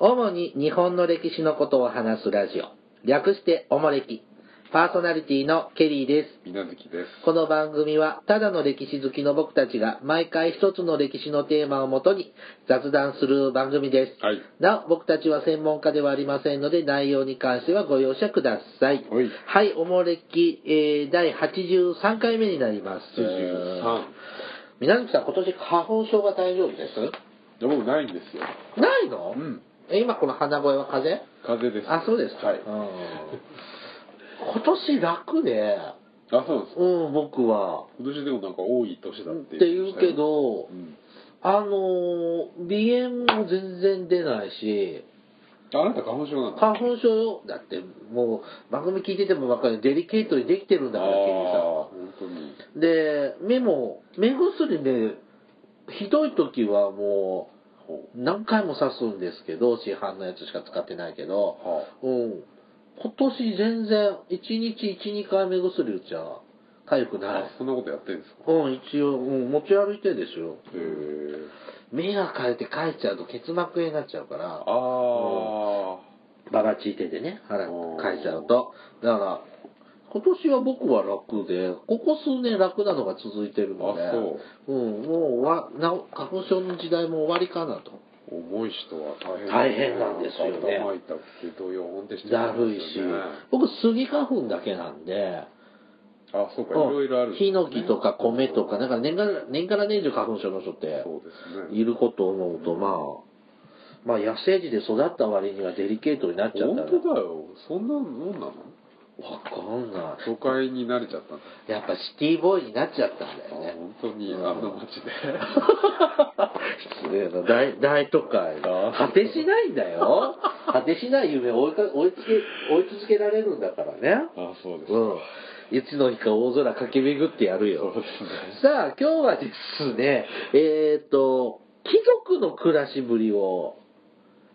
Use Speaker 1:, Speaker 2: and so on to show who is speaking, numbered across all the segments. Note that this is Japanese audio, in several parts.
Speaker 1: 主に日本の歴史のことを話すラジオ。略しておもれき。パーソナリティのケリーです。
Speaker 2: みなずきです。
Speaker 1: この番組は、ただの歴史好きの僕たちが、毎回一つの歴史のテーマをもとに雑談する番組です。
Speaker 2: はい。
Speaker 1: なお、僕たちは専門家ではありませんので、内容に関してはご容赦ください。
Speaker 2: はい
Speaker 1: はい、おもれき、えー、第83回目になります。
Speaker 2: 83。
Speaker 1: 皆さん、今年花粉症が大丈夫です
Speaker 2: でもないんですよ。
Speaker 1: ないの
Speaker 2: うん。
Speaker 1: え今この鼻声は風邪
Speaker 2: 風邪です。
Speaker 1: あ、そうですか。
Speaker 2: はい
Speaker 1: うん。今年楽で、
Speaker 2: あ、そうなんです。
Speaker 1: うん、僕は。
Speaker 2: 今年でもなんか多い年だっ。
Speaker 1: ってて言うけ。ど
Speaker 2: う、ん。
Speaker 1: あのー、鼻炎も全然出ないし、
Speaker 2: あなた花粉症なの
Speaker 1: 花粉症よだってもう番組聞いててもばっかりデリケートにできてるんだから、ケリーさん
Speaker 2: ああ
Speaker 1: は、。
Speaker 2: 本当に。
Speaker 1: で、目も、目薬ね、ひどい時はも
Speaker 2: ほ
Speaker 1: う何回も刺すんですけど、市販のやつしか使ってないけど
Speaker 2: う。、は
Speaker 1: うん。今年全然、1日1、2回目薬打っちゃ、回復なら
Speaker 2: あ
Speaker 1: ん。。
Speaker 2: そんなことやってんですか
Speaker 1: うん、一応、うん、持ち歩いてるでしょ。
Speaker 2: へえ。
Speaker 1: 目がかえて帰っちゃうと結膜炎になっちゃうから、
Speaker 2: あ
Speaker 1: バがついててね、腹
Speaker 2: おー
Speaker 1: かいちゃうと。だから、今年は僕は楽で、ここ数年楽なのが続いてるので、。
Speaker 2: あそう
Speaker 1: ん、もうわなお、花粉症の時代も終わりかなと。
Speaker 2: あ。重い人は大変
Speaker 1: 大変なんですよね
Speaker 2: 頭痛くて動揺ほんでして
Speaker 1: だるいし、僕、杉花粉だけなんで、
Speaker 2: あ、そうか、い
Speaker 1: うん
Speaker 2: ろいろあるんです
Speaker 1: ヒ
Speaker 2: ね。
Speaker 1: ノキとか米とか、なんか年から年から年中花粉症の人って
Speaker 2: そうですね。
Speaker 1: いることを思うと、まあ、まあ野生児で育った割にはデリケートになっちゃった
Speaker 2: 本
Speaker 1: ら、
Speaker 2: 当だよ。そんなもんなの
Speaker 1: わかんな
Speaker 2: 都会に慣れちゃったんだ。
Speaker 1: い。やっぱシティボーイになっちゃったんだよ ね。
Speaker 2: 本当にあの街 で
Speaker 1: 失礼な大大都会が果てしないんだよ果てしない夢を追いか追いつけ追い続けられるんだからね
Speaker 2: あそうですか、
Speaker 1: うんいつの日か大空駆け巡ってやるよ
Speaker 2: そうですね
Speaker 1: さあ、今日はですね、えっ、と、貴族の暮らしぶりを、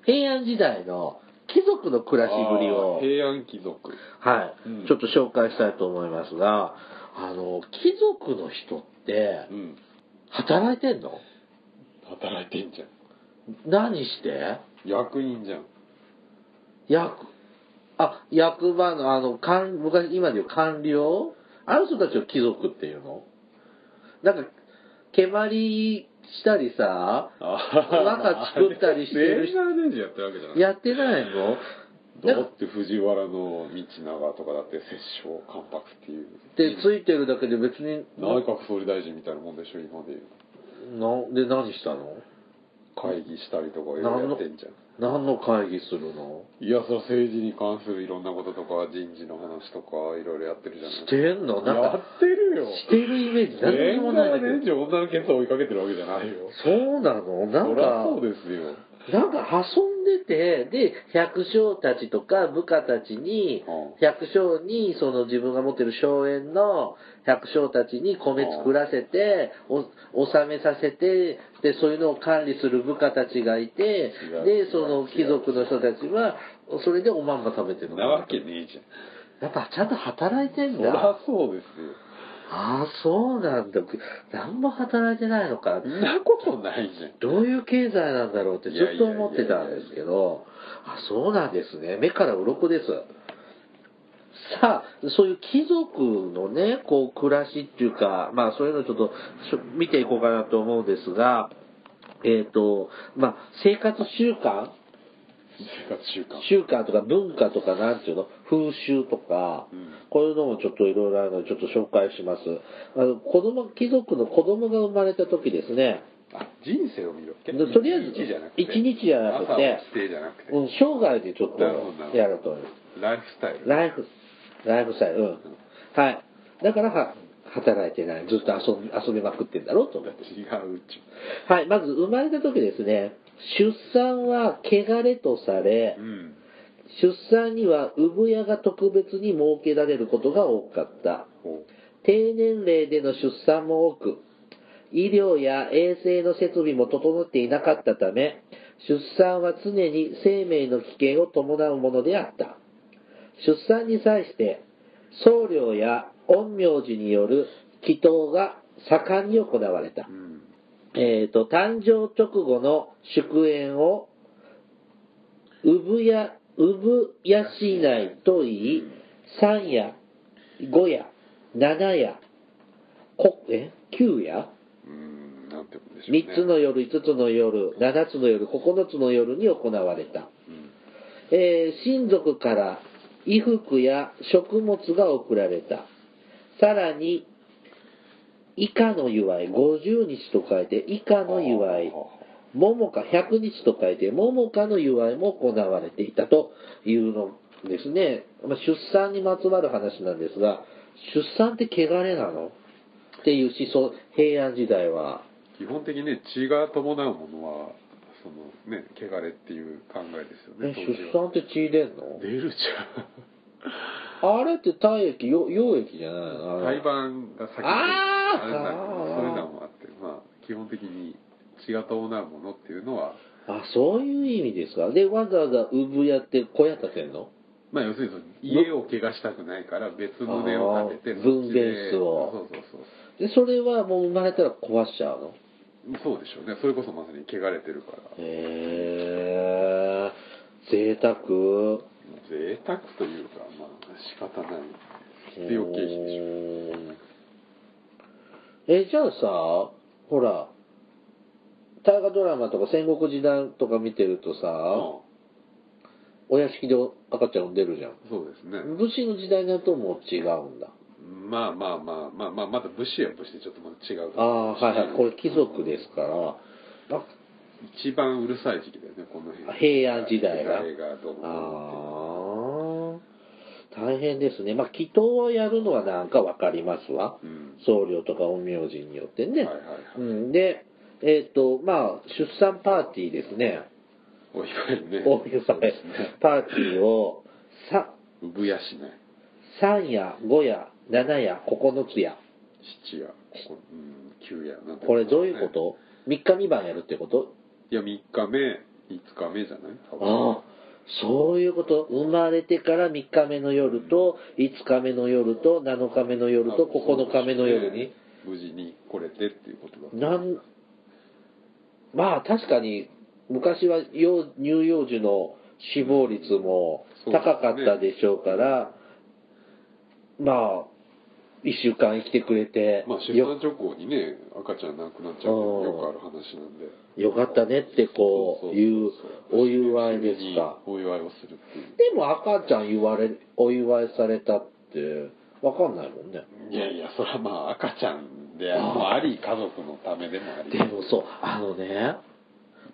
Speaker 1: 平安時代の貴族の暮らしぶり
Speaker 2: あー
Speaker 1: を、
Speaker 2: 平安貴族
Speaker 1: はい、
Speaker 2: うん
Speaker 1: ちょっと紹介したいと思いますが、あの、貴族の人って
Speaker 2: う、ん
Speaker 1: 働いてんの
Speaker 2: 働いてんじゃん
Speaker 1: 何して
Speaker 2: 役人じゃん
Speaker 1: 役、あ、役場の、あの、官、昔、今で言う官僚あの人たちを貴族っていうのなんか、蹴鞠したりさ、なんか作ったりしてる人
Speaker 2: 人年齢年中やってるわけじゃない
Speaker 1: やってないのな
Speaker 2: だ
Speaker 1: ん
Speaker 2: っ
Speaker 1: か
Speaker 2: て藤原の道長とかだって摂政関白っていう
Speaker 1: でついてるだけで別に
Speaker 2: 内閣総理大臣みたいなもんでしょ今でいう
Speaker 1: なで何したの
Speaker 2: 会議したりとかいろいろやってんじゃん
Speaker 1: 何の会議するの
Speaker 2: いやそれは政治に関するいろんなこととか人事の話とかいろいろやってるじゃない
Speaker 1: してんのなん
Speaker 2: や
Speaker 1: か
Speaker 2: ってるよ
Speaker 1: してるイメージ何にもないんだ
Speaker 2: 年
Speaker 1: けど
Speaker 2: 中女の検査を追いかけてるわけじゃないよ。
Speaker 1: そうなのな
Speaker 2: そ
Speaker 1: ん
Speaker 2: りゃそう
Speaker 1: か
Speaker 2: ですよ。
Speaker 1: なんか遊んでてで百姓たちとか部下たちに
Speaker 2: うん
Speaker 1: 百姓にその自分が持ってる荘園の百姓たちに米作らせてお納めさせてでそういうのを管理する部下たちがいて
Speaker 2: 違う
Speaker 1: でその貴族の人たちはそれでおまんま食べてるの
Speaker 2: なわけねえじゃん。
Speaker 1: やっぱちゃんと働いてん
Speaker 2: そりゃ
Speaker 1: だ。
Speaker 2: そうですよ。
Speaker 1: ああ、そうなんだ。何も働いてないのか
Speaker 2: そ。んなことないじゃん。
Speaker 1: どういう経済なんだろうってずっと思ってたんですけど、あ、そうなんですね。目から鱗です。さあ、そういう貴族のね、こう、暮らしっていうか、まあ、そういうのちょっとしょ見ていこうかなと思うんですが、えっ、と、まあ、生活習慣
Speaker 2: 生活習慣。
Speaker 1: 習慣とか文化とかなんていうの風習とか、
Speaker 2: うん
Speaker 1: こういうのもちょっといろいろあるのでちょっと紹介しますあの子供貴族の子供が生まれた時ですね
Speaker 2: あ、人生を見るわけ
Speaker 1: とりあえず
Speaker 2: 一日じゃなくて。
Speaker 1: 一日じゃなくて
Speaker 2: 朝起きてじゃなくて。
Speaker 1: うん生涯でちょっ
Speaker 2: なるほどなるほ
Speaker 1: と
Speaker 2: ど
Speaker 1: やると
Speaker 2: ライフスタイル。
Speaker 1: ライフライフスタイルうんはいだからは働いてないずっと遊び遊びまくってんだろうと思って
Speaker 2: 違うち
Speaker 1: はいまず生まれた時ですね出産は汚れとされ、
Speaker 2: うん。
Speaker 1: 出産には産屋が特別に設けられることが多かった
Speaker 2: ほ
Speaker 1: 低年齢での出産も多く医療や衛生の設備も整っていなかったため出産は常に生命の危険を伴うものであった出産に際して僧侶や陰陽師による祈祷が盛んに行われた
Speaker 2: う。うん。
Speaker 1: えー、と、誕生直後の祝宴を産や、産やしないと言い、3や、5や、7や、こえ ?9 や
Speaker 2: うん、なんて言うんでしょうね。
Speaker 1: 3つの夜、5つの夜、7つの夜、9つの夜に行われた。
Speaker 2: うん。
Speaker 1: えー親族から衣服や食物が送られた。さらに、以下の祝い、50日と書いて、以下の祝い、桃花100日と書いて、桃花の祝いも行われていたというのですね。まあ出産にまつわる話なんですが、出産って汚れなのっていう思想、平安時代は。
Speaker 2: 基本的にね、血が伴うものは、そのね、汚れっていう考えですよ
Speaker 1: え
Speaker 2: ね。当時
Speaker 1: 出
Speaker 2: は
Speaker 1: 産って血出んの
Speaker 2: 出るじ
Speaker 1: あれって体液、よ溶液じゃない
Speaker 2: ゃ
Speaker 1: の
Speaker 2: ん。
Speaker 1: あれ
Speaker 2: 胎盤が先に、
Speaker 1: あー
Speaker 2: あれなんだけ
Speaker 1: あー
Speaker 2: ど、そういうのもあって、まあ、基本的に血が伴うものっていうのは、
Speaker 1: あ、そういう意味ですか。で、わざわざ産やって小屋建てんの
Speaker 2: まあ、要するにその家を怪我したくないから別胸を立て
Speaker 1: あ
Speaker 2: て
Speaker 1: ー
Speaker 2: そっちで
Speaker 1: 分娩室を
Speaker 2: そうそうそう
Speaker 1: で、それはもう生まれたら壊しちゃうの
Speaker 2: そうでしょうねそれこそまさに汚れてるから
Speaker 1: へえ贅沢
Speaker 2: 贅沢というかまあ仕方ない必要経費でしょ
Speaker 1: うーんえじゃあさほら大河ドラマとか戦国時代とか見てるとさ、
Speaker 2: あ
Speaker 1: お屋敷で赤ちゃん産んでるじゃん
Speaker 2: あそうですね
Speaker 1: 武士の時代になるともう違うんだ
Speaker 2: まあまあまあまあまあまだ武士や武士でちょっとまだ違う
Speaker 1: ああはいはいこれ貴族ですすからあ
Speaker 2: 一番うるさい時期だよねこの辺
Speaker 1: 平安時代が
Speaker 2: 時代がどう
Speaker 1: あ
Speaker 2: も
Speaker 1: あ大変ですねまあ祈祷をやるのはなんかわかりますわ
Speaker 2: うん
Speaker 1: 僧侶とか陰陽師によってね、
Speaker 2: はいはいはい
Speaker 1: うん、でえっ、とまあ出産パーティーですね
Speaker 2: お祝いね
Speaker 1: お祝い
Speaker 2: そうですね
Speaker 1: パーティーをさ
Speaker 2: 産やしない
Speaker 1: 3や5や7や9つや
Speaker 2: 七や、ここうん、九やなんて
Speaker 1: これどういうこと3日2晩やるってこと
Speaker 2: いや、3日目、5日目じゃない
Speaker 1: あ
Speaker 2: 多
Speaker 1: あそういうこと生まれてから3日目の夜と5日目の夜と7日目の夜と9日目の夜に。
Speaker 2: 無事に来れてっていうことだ。
Speaker 1: なんまあ確かに昔は幼乳幼児の死亡率も高かったでしょうからまあ1週間生きてくれて、
Speaker 2: まあ、出
Speaker 1: よ
Speaker 2: 産直後にね、赤ちゃん亡くなっちゃうの
Speaker 1: うん
Speaker 2: よくある話なんで。
Speaker 1: よかったねってこういうお祝いですか
Speaker 2: お祝いをするっていう。
Speaker 1: でも赤ちゃん言われお祝いされたって分かんないもんね
Speaker 2: いやいや、それはまあ、赤ちゃんであり、家族のためでもあり。
Speaker 1: でもそうあのね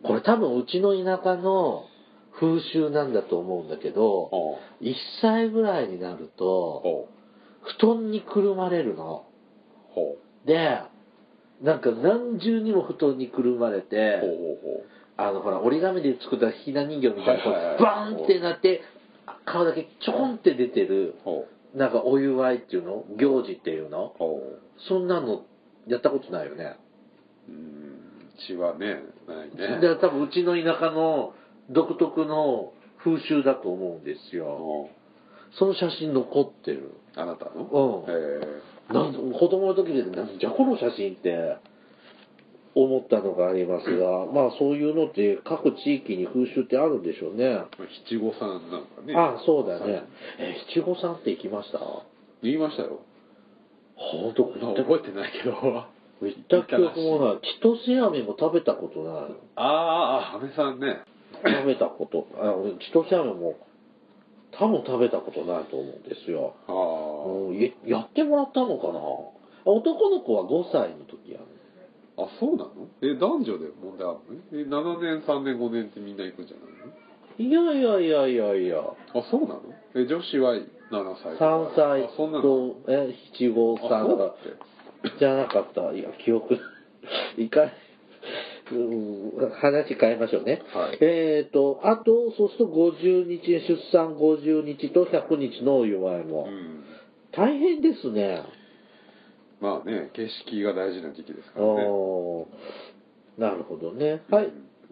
Speaker 1: これ多分うちの田舎の風習なんだと思うんだけど、
Speaker 2: おう
Speaker 1: 1歳ぐらいになると
Speaker 2: ほ
Speaker 1: 布団にくるまれるの
Speaker 2: う。ほ
Speaker 1: でなんか何重にも布団にくるまれ
Speaker 2: う。ほう
Speaker 1: て
Speaker 2: ほう
Speaker 1: あのほら折り紙で作ったひな人形みたいなこう
Speaker 2: はいはいはい
Speaker 1: バーンってなってあ顔だけちょこんって出てる
Speaker 2: ほう。
Speaker 1: なんかお祝いっていうの行事っていうの
Speaker 2: ほう。ほ
Speaker 1: そんなのやったことないよね
Speaker 2: う。うん、血はね、ないね。
Speaker 1: で多分うちの田舎の独特の風習だと思うんですよ
Speaker 2: おう
Speaker 1: その写真残ってる
Speaker 2: あなたの
Speaker 1: うん
Speaker 2: え
Speaker 1: なん子供の時でなんじゃこの写真って思ったのがありますが、まあそういうのって各地域に風習ってあるんでしょうね。
Speaker 2: え七五三なんかね。
Speaker 1: あそうだね
Speaker 2: さ。
Speaker 1: え、七五三って行きました
Speaker 2: 言いましたよ。
Speaker 1: 本当
Speaker 2: まあ
Speaker 1: 行
Speaker 2: 覚えてないけど。 あ
Speaker 1: った記憶もない。千歳飴も食べたことな
Speaker 2: あ、あめさんね。
Speaker 1: い。食べたこと、あ千歳飴も多分食べたことないと思うんですよ。
Speaker 2: ああ。
Speaker 1: うんややってもらったのかな男の子は5歳の時やる。
Speaker 2: あ、そうなのえ、男女で問題あるのえ、7年、3年、5年ってみんな行くんじゃない
Speaker 1: いやいやいやいやいや。
Speaker 2: のあ、そうなのえ、女子は7歳とか。
Speaker 1: 3歳
Speaker 2: あ、そんなの
Speaker 1: とえ七五
Speaker 2: あ
Speaker 1: 三
Speaker 2: そう
Speaker 1: だ
Speaker 2: だ
Speaker 1: か
Speaker 2: っ
Speaker 1: らじゃなかったいや記憶 いかないうん話変えましょうね、
Speaker 2: はい
Speaker 1: えっ、とあとそうすると50日出産50日と100日のお祝いも、
Speaker 2: て。うん。
Speaker 1: 大変ですね
Speaker 2: まあね、形式が大事な時期ですからね。
Speaker 1: おーなるほどねはい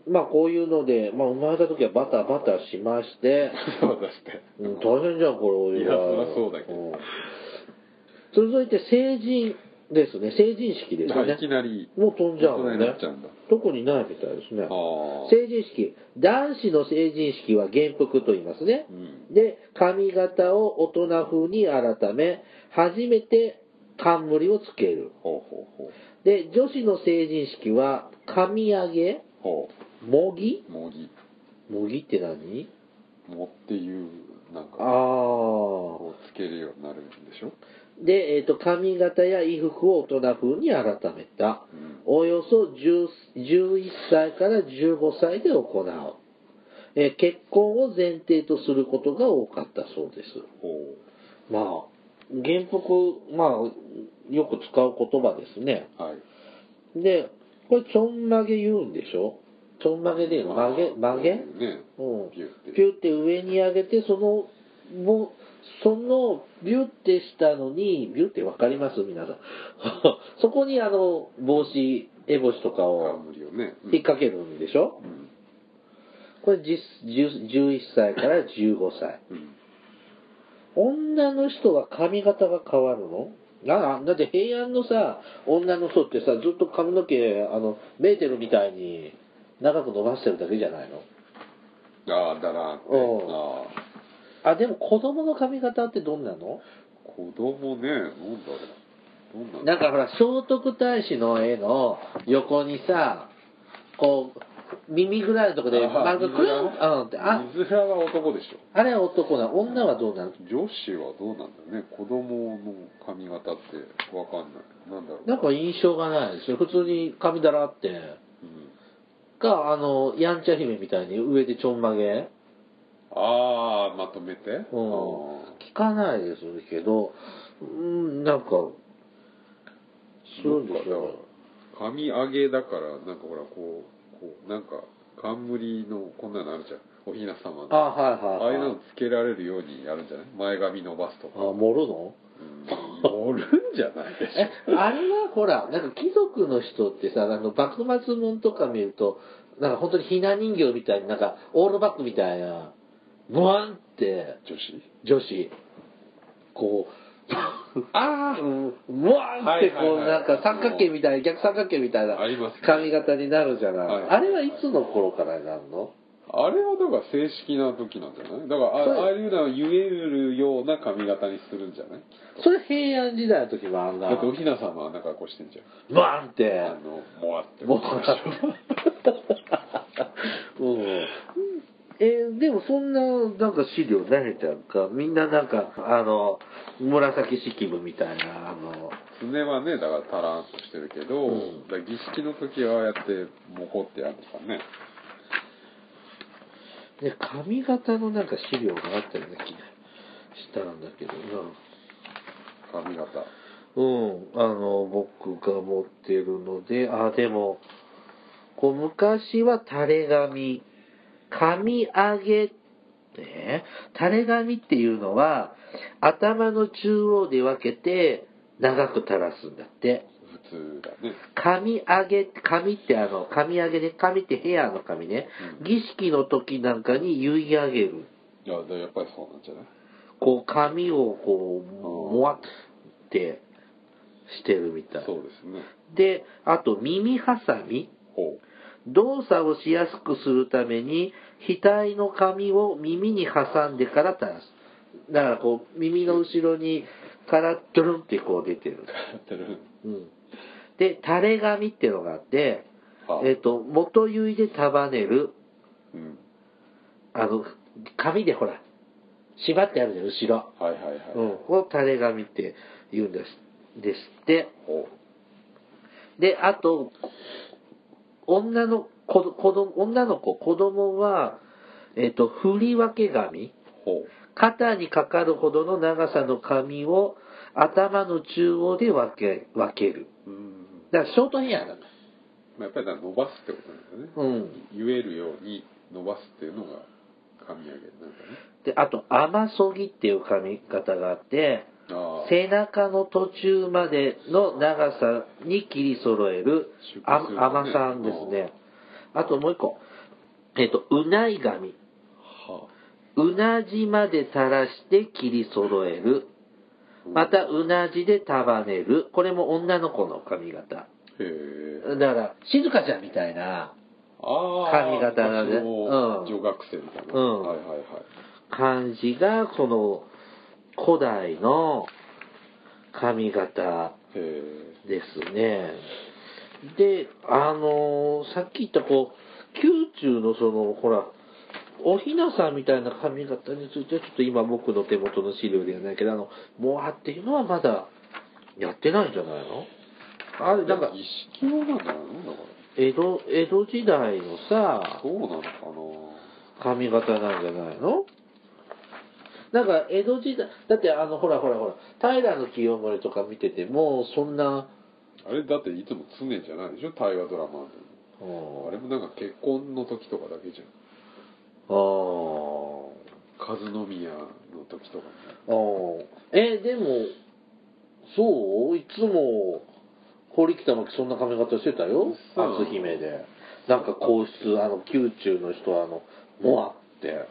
Speaker 1: まあこういうので、まあ、生まれた時はバタバタしまして、
Speaker 2: そうだして。
Speaker 1: うん、大変じゃんこれお祝い
Speaker 2: いやそりゃそうだけど
Speaker 1: ん続いて成人ですね成人式ですよ
Speaker 2: あ
Speaker 1: ね
Speaker 2: いきなり
Speaker 1: もう飛んじゃう
Speaker 2: 大人
Speaker 1: の
Speaker 2: にな
Speaker 1: ね
Speaker 2: っちゃうんだ
Speaker 1: 特にないみたいですね
Speaker 2: ああ
Speaker 1: 成人式男子の成人式は元服と言いますね
Speaker 2: うん
Speaker 1: で髪型を大人風に改め初めて冠をつける
Speaker 2: ほうほうほう
Speaker 1: で女子の成人式は髪上げ
Speaker 2: ほ
Speaker 1: 模擬
Speaker 2: う模擬
Speaker 1: 模擬って何
Speaker 2: 模っていうなんか
Speaker 1: あ
Speaker 2: をつけるようになるんでしょ
Speaker 1: あで、えっと髪型や衣服を大人風に改めた
Speaker 2: うん
Speaker 1: およそ10 11歳から15歳で行うえー結婚を前提とすることが多かったそうです
Speaker 2: ほ
Speaker 1: まあ原服まあよく使う言葉ですね
Speaker 2: うはい
Speaker 1: でこれちょんまげ言うんでしょちょんまげで曲げ
Speaker 2: まあ
Speaker 1: 曲げ
Speaker 2: こういうね
Speaker 1: うん
Speaker 2: ピュって
Speaker 1: ピュって上に上げてそのもうそのビュってしたのにビュってわかります皆さん そこにあの帽子烏帽子とかを
Speaker 2: 冠をねうん
Speaker 1: 引っ掛けるんでしょ
Speaker 2: うん
Speaker 1: これ実10 11歳から15歳
Speaker 2: うん
Speaker 1: 女の人は髪型が変わるのなだって平安のさ女の人ってさずっと髪の毛あのメーテルみたいに長く伸ばしてるだけじゃないの
Speaker 2: ああだなって
Speaker 1: おう
Speaker 2: ああ
Speaker 1: あでも子供の髪型ってどんなの
Speaker 2: 子供ねなんだろうどんな
Speaker 1: なんかほら聖徳太子の絵の横にさこう耳ぐらいのとこで
Speaker 2: あ
Speaker 1: 丸がクルンあってあ
Speaker 2: 水原は男でしょ
Speaker 1: あれは男なの女はどうなの
Speaker 2: 女子はどうなんだろうね子供の髪型ってわかんないなんだろう
Speaker 1: なんか印象がないですよ普通に髪だらって
Speaker 2: うん、
Speaker 1: かあのやんちゃ姫みたいに上でちょんまげ
Speaker 2: ああまとめてあ
Speaker 1: うん
Speaker 2: ー
Speaker 1: 聞かないですけどうんなんかするんです
Speaker 2: なんかだ
Speaker 1: よ
Speaker 2: から髪上げだからなんかほらこうこうなんか冠のこんなのあるじゃんおひな
Speaker 1: あ
Speaker 2: 様のあ
Speaker 1: はい
Speaker 2: あ
Speaker 1: はい
Speaker 2: いう
Speaker 1: はい
Speaker 2: のつけられるようにやるんじゃない前髪伸ばすとか、
Speaker 1: あ盛るの
Speaker 2: うん、 盛るんじゃないでし
Speaker 1: えあれはほらなんか貴族の人ってさあの幕末文とか見るとなんか本当にひな人形みたいになんかオールバックみたいなブワンって
Speaker 2: ょ女子
Speaker 1: 女子こうああブワンっ
Speaker 2: はい
Speaker 1: て
Speaker 2: はい
Speaker 1: こう
Speaker 2: はい
Speaker 1: なんか三角形みたいな逆三角形みたいな
Speaker 2: ありますね
Speaker 1: 髪型になるじゃない、
Speaker 2: はい
Speaker 1: あれはいつの頃からになるの
Speaker 2: あれはだから正式な時なんじゃないだから
Speaker 1: そう
Speaker 2: あああいうのは言えるような髪型にするんじゃない
Speaker 1: それ平安時代の時もあんな
Speaker 2: だっておひな様はなんかこうしてんじゃん
Speaker 1: ブワンって
Speaker 2: あのもわって
Speaker 1: もううんえーでもそんななんか資料ないじゃんかみんななんかあの紫式部みたいなあの
Speaker 2: 爪はねだからタラーンとしてるけど、
Speaker 1: うん
Speaker 2: だから儀式の時はああやってモコってやるとかね
Speaker 1: で髪型のなんか資料があったような気がしたんだけど
Speaker 2: 髪型
Speaker 1: なうんあの僕が持ってるのであでもこう昔は垂れ髪髪上げね、垂れ髪っていうのは頭の中央で分けて長く垂らすんだって
Speaker 2: 普通だね
Speaker 1: 髪上げ髪ってあの髪上げで髪ってヘアの髪ね、
Speaker 2: うん
Speaker 1: 儀式の時なんかに結い上げる
Speaker 2: いやだからやっぱりそうなんじゃない
Speaker 1: こう髪をこうもわってしてるみたい
Speaker 2: そうですね
Speaker 1: であと耳はさみ
Speaker 2: ほ
Speaker 1: 動作をしやすくするために額の髪を耳に挟んでから垂らすだからこう耳の後ろにからドゥルンってこう出てる
Speaker 2: う、 やってる
Speaker 1: うん、で垂れ髪っていうのがあって
Speaker 2: は
Speaker 1: えっ、と元結いで束ねる
Speaker 2: うん
Speaker 1: あの髪でほら縛ってあるじゃん後ろ、
Speaker 2: はいはいはい、
Speaker 1: うん、を垂れ髪って言うんですですって
Speaker 2: ほ
Speaker 1: であと女の子子供女の子子供はえっ、と振り分け髪
Speaker 2: うほ
Speaker 1: 肩にかかるほどの長さの髪を頭の中央で分け分ける
Speaker 2: ううん
Speaker 1: だからショートヘアなんだ
Speaker 2: まあやっぱりだから伸ばすってことなんだよね、
Speaker 1: うん
Speaker 2: 言えるように伸ばすっていうのが髪上げなんかね
Speaker 1: であと甘そぎっていう髪型があって
Speaker 2: ああ
Speaker 1: 背中の途中までの長さに切り揃える
Speaker 2: 出
Speaker 1: あ
Speaker 2: 荷するね
Speaker 1: 甘さんですねあともう一個えっ、とうない髪
Speaker 2: は
Speaker 1: うなじまで垂らして切り揃える。また、うなじで束ねる。これも女の子の髪型。
Speaker 2: へえ
Speaker 1: だから、静香ちゃんみたいな
Speaker 2: ああ
Speaker 1: 髪型がねうん
Speaker 2: 女学生みたいな、
Speaker 1: うん
Speaker 2: はいはいはい
Speaker 1: 感じが、この古代の髪型
Speaker 2: へえ
Speaker 1: ですね。で、あのーさっき言ったこう、宮中のその、ほら、おひなさんみたいな髪型についてはちょっと今僕の手元の資料ではないけど、あの、モアっていうのはまだやってないんじゃないのあれ、なんか、
Speaker 2: 一式用なんじゃないのだか
Speaker 1: 江戸、江戸時代の
Speaker 2: ら
Speaker 1: さ、
Speaker 2: そうなのか
Speaker 1: 髪型なんじゃないのなんか江戸時代、だってあの、ほらほらほら、平の清盛とか見てても、そんな、
Speaker 2: なあれだっていつも常じゃないでしょ大河ドラマ
Speaker 1: う
Speaker 2: の
Speaker 1: ん
Speaker 2: あれもなんか結婚の時とかだけじゃん
Speaker 1: ああ
Speaker 2: 和宮の時とかね
Speaker 1: ーえ、でも、そういつも、堀北真希そんな髪型してたよ。
Speaker 2: 嘘
Speaker 1: 初姫で。なんか皇室、あの、宮中の人は、あの、モアって、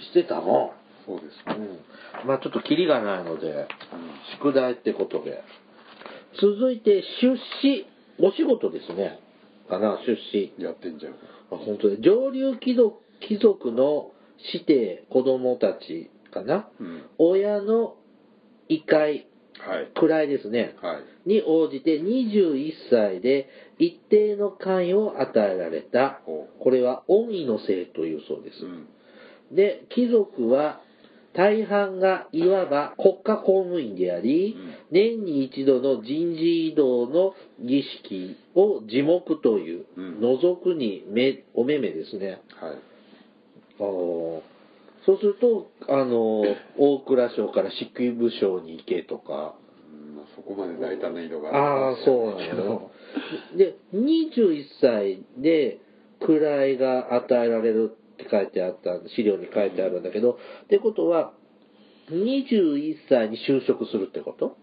Speaker 1: してたの。
Speaker 2: そうです
Speaker 1: う
Speaker 2: ね、
Speaker 1: ん。まあちょっとキリがないので、宿題ってことで。続いて、出資。お仕事ですね。かな、出資。
Speaker 2: やってんじゃん
Speaker 1: あ本当に上流貴族貴族の子弟子供たちかな、
Speaker 2: うん
Speaker 1: 親の異界
Speaker 2: はい
Speaker 1: 位ですね
Speaker 2: はい
Speaker 1: に応じて21歳で一定の官位を与えられた
Speaker 2: ほう
Speaker 1: これは恩義のせいというそうです
Speaker 2: う、ん
Speaker 1: で貴族は大半がいわば国家公務員であり、
Speaker 2: うん
Speaker 1: 年に一度の人事異動の儀式を地目という、
Speaker 2: うん
Speaker 1: 除くにめお目目ですね
Speaker 2: はい
Speaker 1: あのそうするとあの大蔵省から漆喰部省に行けとか
Speaker 2: うんまあ、そこまで大胆な色が
Speaker 1: ああーそうなん
Speaker 2: だ
Speaker 1: やで21歳で位が与えられるって書いてあった資料に書いてあるんだけど、ってことは21歳に就職するってこと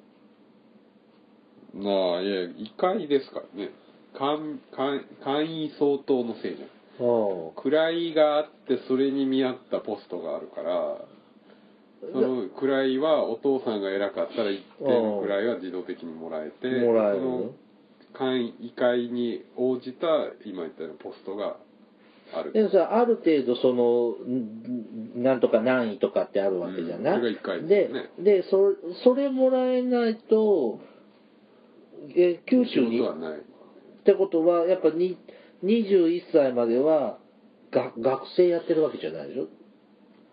Speaker 2: まあいや異界ですからね官官官員相当のせいじゃん
Speaker 1: あ
Speaker 2: 位があってそれに見合ったポストがあるからその位はお父さんが偉かったら一定の位は自動的にもらえ
Speaker 1: あ
Speaker 2: て
Speaker 1: もらえ
Speaker 2: そ
Speaker 1: る
Speaker 2: の官位異界に応じた今言ったようなポストがある
Speaker 1: でもさある程度そのんんなんとか何位とかってあるわけじゃない、
Speaker 2: うんそれが一回
Speaker 1: で
Speaker 2: ですね
Speaker 1: でそそれもらえないとえ九州に
Speaker 2: 仕事
Speaker 1: っ
Speaker 2: はない
Speaker 1: てことはやっぱに21歳まではが学生やってるわけじゃないでしょ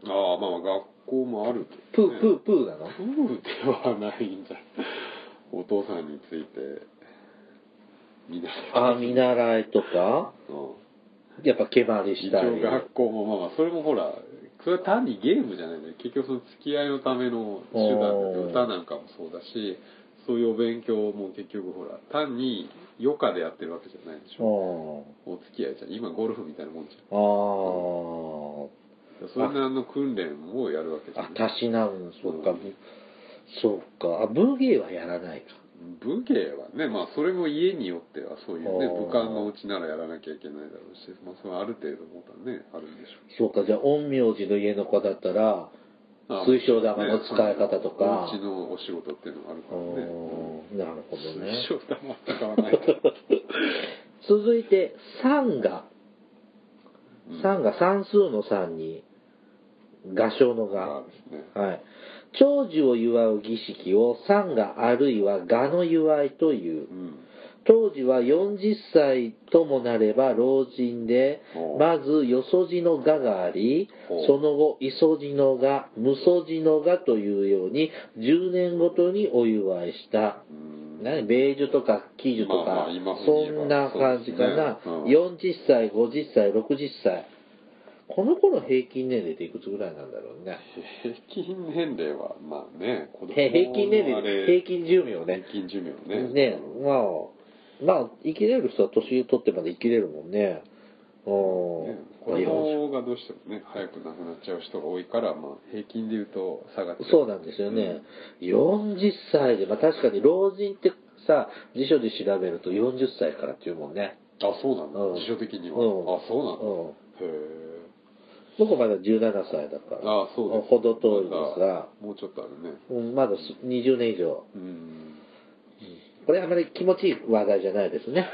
Speaker 2: ああまあまあ学校もあるけ
Speaker 1: プ
Speaker 2: ど
Speaker 1: ー
Speaker 2: ね
Speaker 1: プープーなの
Speaker 2: 夫婦ではないんじゃお父さんについて見習い
Speaker 1: あ見習いとか
Speaker 2: うん
Speaker 1: やっぱ毛張りし
Speaker 2: 一
Speaker 1: た
Speaker 2: 応
Speaker 1: り
Speaker 2: 学校もまあまあそれもほらそれは単にゲームじゃないんだよ結局その付き合いのための手段で
Speaker 1: おー
Speaker 2: 歌なんかもそうだしそういうお勉強も結局ほら単に余暇でやってるわけじゃないでしょ
Speaker 1: うん
Speaker 2: お付き合いじゃん今ゴルフみたいなもんじゃ
Speaker 1: あー
Speaker 2: んそれなりの訓練をやるわけじゃ
Speaker 1: あ
Speaker 2: ん
Speaker 1: たしなむそうか、
Speaker 2: うん
Speaker 1: そうかあ文芸はやらないか
Speaker 2: 武芸はねまあそれも家によってはそういうね
Speaker 1: あー
Speaker 2: 武漢のうちならやらなきゃいけないだろうし、まあ、それはある程度もたねあるんでし
Speaker 1: そ
Speaker 2: ょ
Speaker 1: うか、じゃあ、陰陽師の家の子だったら、
Speaker 2: うああ
Speaker 1: 水晶玉の使い方とか
Speaker 2: ねそのお家のお仕事っていうのがあるか
Speaker 1: う
Speaker 2: らね
Speaker 1: ーんなるほどね
Speaker 2: 水。晶玉は使わないと
Speaker 1: 続いて、三が、
Speaker 2: うん
Speaker 1: 三が算数の三に、画商の
Speaker 2: まあ
Speaker 1: 画。
Speaker 2: ですね
Speaker 1: はい。長寿を祝う儀式を三があるいは画の祝いという
Speaker 2: う。ん
Speaker 1: 当時は40歳ともなれば老人で
Speaker 2: お、う
Speaker 1: まずよそじのががあり
Speaker 2: おう、
Speaker 1: その後、いそじのが、むそじのがというように、10年ごとにお祝いした。
Speaker 2: うん
Speaker 1: 何米寿とか喜寿とか、
Speaker 2: まあまあ今風に
Speaker 1: そ
Speaker 2: 言えば
Speaker 1: んな感じかな、
Speaker 2: そうですね
Speaker 1: 40歳、50歳、60歳。この頃平均年齢っていくつぐらいなんだろうね。
Speaker 2: 平均年齢はまあね子供の
Speaker 1: へ平均年
Speaker 2: あ
Speaker 1: 齢、平
Speaker 2: れ
Speaker 1: 均寿命ね。
Speaker 2: 平均寿命ね
Speaker 1: ねまあ、まあ、生きれる人は年取ってまで生きれるもんね。うん。
Speaker 2: ね
Speaker 1: まあ
Speaker 2: 子
Speaker 1: 40
Speaker 2: 供がどうしてもね早く亡くなっちゃう人が多いから、まあ、平均でいうと下がってる
Speaker 1: そうなんですよね。40歳で、まあ確かに老人ってさ、辞書で調べると40歳からっていうもんね。
Speaker 2: あそうなんだ、
Speaker 1: うん
Speaker 2: 辞書的には、
Speaker 1: うん
Speaker 2: あそうなんだ、
Speaker 1: うん
Speaker 2: へえ
Speaker 1: 僕まだ17歳だから、
Speaker 2: ああそうです
Speaker 1: ほど遠いですが、
Speaker 2: もうちょっとあるね
Speaker 1: うんまだす20年以上。
Speaker 2: うん
Speaker 1: これあまり気持ちいい話題じゃないですね。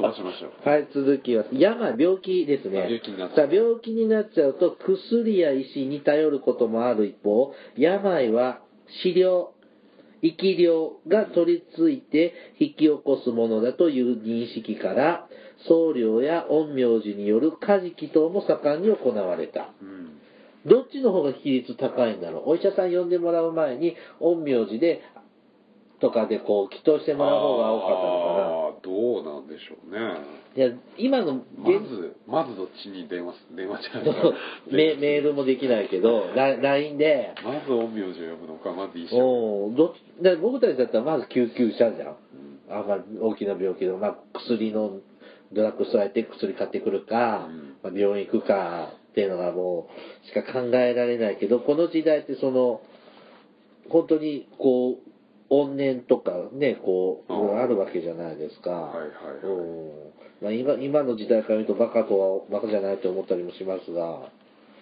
Speaker 2: どうしましょう
Speaker 1: はい、続きは、山、病気ですね。
Speaker 2: あ病気になっち
Speaker 1: さ
Speaker 2: ゃ
Speaker 1: あ
Speaker 2: う
Speaker 1: 病気になっちゃうと、薬や医師に頼ることもある一方、病は治療、生き量が取り付いて引き起こすものだという認識から、僧侶や陰陽師による家事祈祷も盛んに行われた。
Speaker 2: うん
Speaker 1: どっちの方が比率高いんだろうお医者さん呼んでもらう前に、陰陽師で、とかでこう、祈祷してもらう方が多かったのかな。
Speaker 2: ああどうなんでしょうね
Speaker 1: いや、今の
Speaker 2: ま
Speaker 1: 現
Speaker 2: ずまずどっちに電話す電話じゃない
Speaker 1: メメールもできないけど、ラ LINE で、
Speaker 2: まず陰陽師を呼ぶのかまず医者を
Speaker 1: おーどっちだから僕たちだったらまず救急車じゃん。あんま大きな病気の、まあ、薬のドラッグストア行って薬買ってくるか、
Speaker 2: うん
Speaker 1: まあ、病院行くかっていうのがもうしか考えられないけど、この時代ってその、本当にこう、怨念とかね、こう、
Speaker 2: あー
Speaker 1: いろいろあるわけじゃないですか。
Speaker 2: はいはいはい
Speaker 1: うんまあ、今今の時代から見るとバカとはバカじゃないと思ったりもしますが。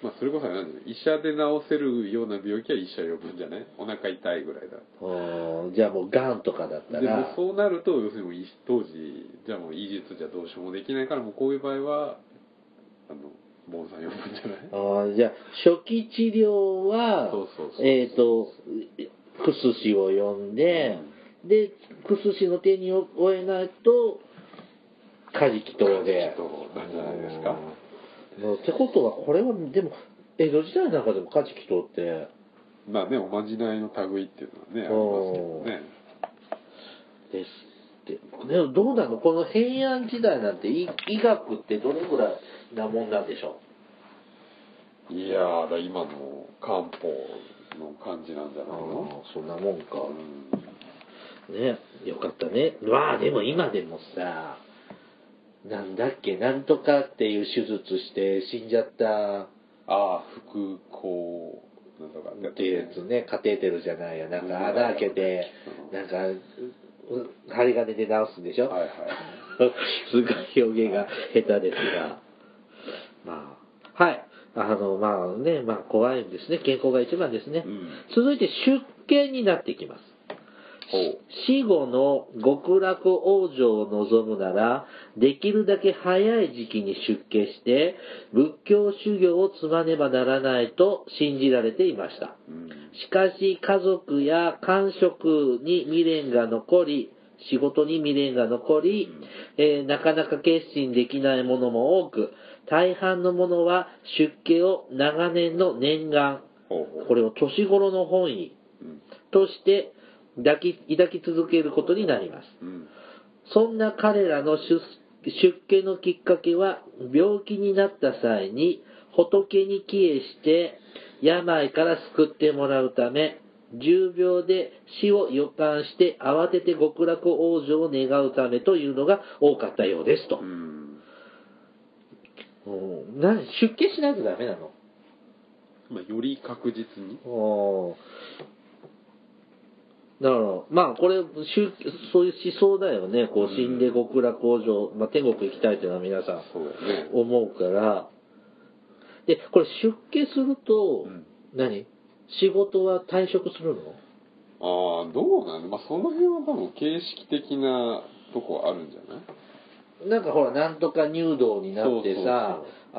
Speaker 2: まあそれこそあれなんですよ医者で治せるような病気は医者呼ぶんじゃないお腹痛いぐらいだ
Speaker 1: うんじゃあもうガンとかだった
Speaker 2: で
Speaker 1: ら
Speaker 2: もそうなると要するにもう医当時じゃあもう医術じゃどうしようもできないからもうこういう場合はあの坊さん呼ぶんじゃない
Speaker 1: あーじゃあ初期治療は
Speaker 2: そうそうそう
Speaker 1: えっ、とクスシを呼んで、でクスシの手に負えないとカジキ刀で
Speaker 2: カジキ刀なんじゃないですか
Speaker 1: うんってことはこれはでも江戸時代の中でもカジキ刀って
Speaker 2: まあねおまじないの類っていうのはねあり
Speaker 1: ですってでもどうなのこの平安時代なんて医医学ってどれぐらいなもんなんでしょ
Speaker 2: ますけどねいやーだから今の漢方の感じなんじゃ
Speaker 1: う
Speaker 2: ない
Speaker 1: あ
Speaker 2: の
Speaker 1: ーそんなもんか、
Speaker 2: うん
Speaker 1: ね、よかったね。まあでも今でもさ、なんだっけ、なんとかっていう手術して死んじゃった
Speaker 2: ああ副交なんとかってや
Speaker 1: っ
Speaker 2: つ
Speaker 1: ていうやつね、カテーテルじゃないや、なんか穴開けて、なんか、う針金で治すんでしょ、
Speaker 2: はいはい
Speaker 1: すごい表現が下手ですが。まあ、はい。あの、まあね、まあ怖いんですね。健康が一番ですね。
Speaker 2: うん
Speaker 1: 続いて出家になってきます。
Speaker 2: ほう
Speaker 1: 死後の極楽往生を望むなら、できるだけ早い時期に出家して、仏教修行を積まねばならないと信じられていました。
Speaker 2: うん
Speaker 1: しかし、家族や官職に未練が残り、仕事に未練が残り、えーなかなか決心できないものも多く、大半のものは出家を長年の念願、
Speaker 2: ほうほう
Speaker 1: これを年頃の本意、
Speaker 2: うん
Speaker 1: として抱き抱き続けることになります。
Speaker 2: うん
Speaker 1: そんな彼らの出出家のきっかけは、病気になった際に仏に帰依して、病から救ってもらうため、重病で死を予感して慌てて極楽往生を願うためというのが多かったようですと。
Speaker 2: うん
Speaker 1: うん、な出家しないとダメなの
Speaker 2: まあより確実に
Speaker 1: おだから、まあこれ、宗そういう思想だよね。こう、死んで極楽往生、まあ天国行きたいというのは皆さん
Speaker 2: そうだね
Speaker 1: 思うから。で、これ出家すると、
Speaker 2: うん
Speaker 1: 何仕事は退職するの
Speaker 2: ああどうなのまあその辺は多分形式的なとこあるんじゃない
Speaker 1: なんかほら、なんとか入道になってさ、
Speaker 2: そうそ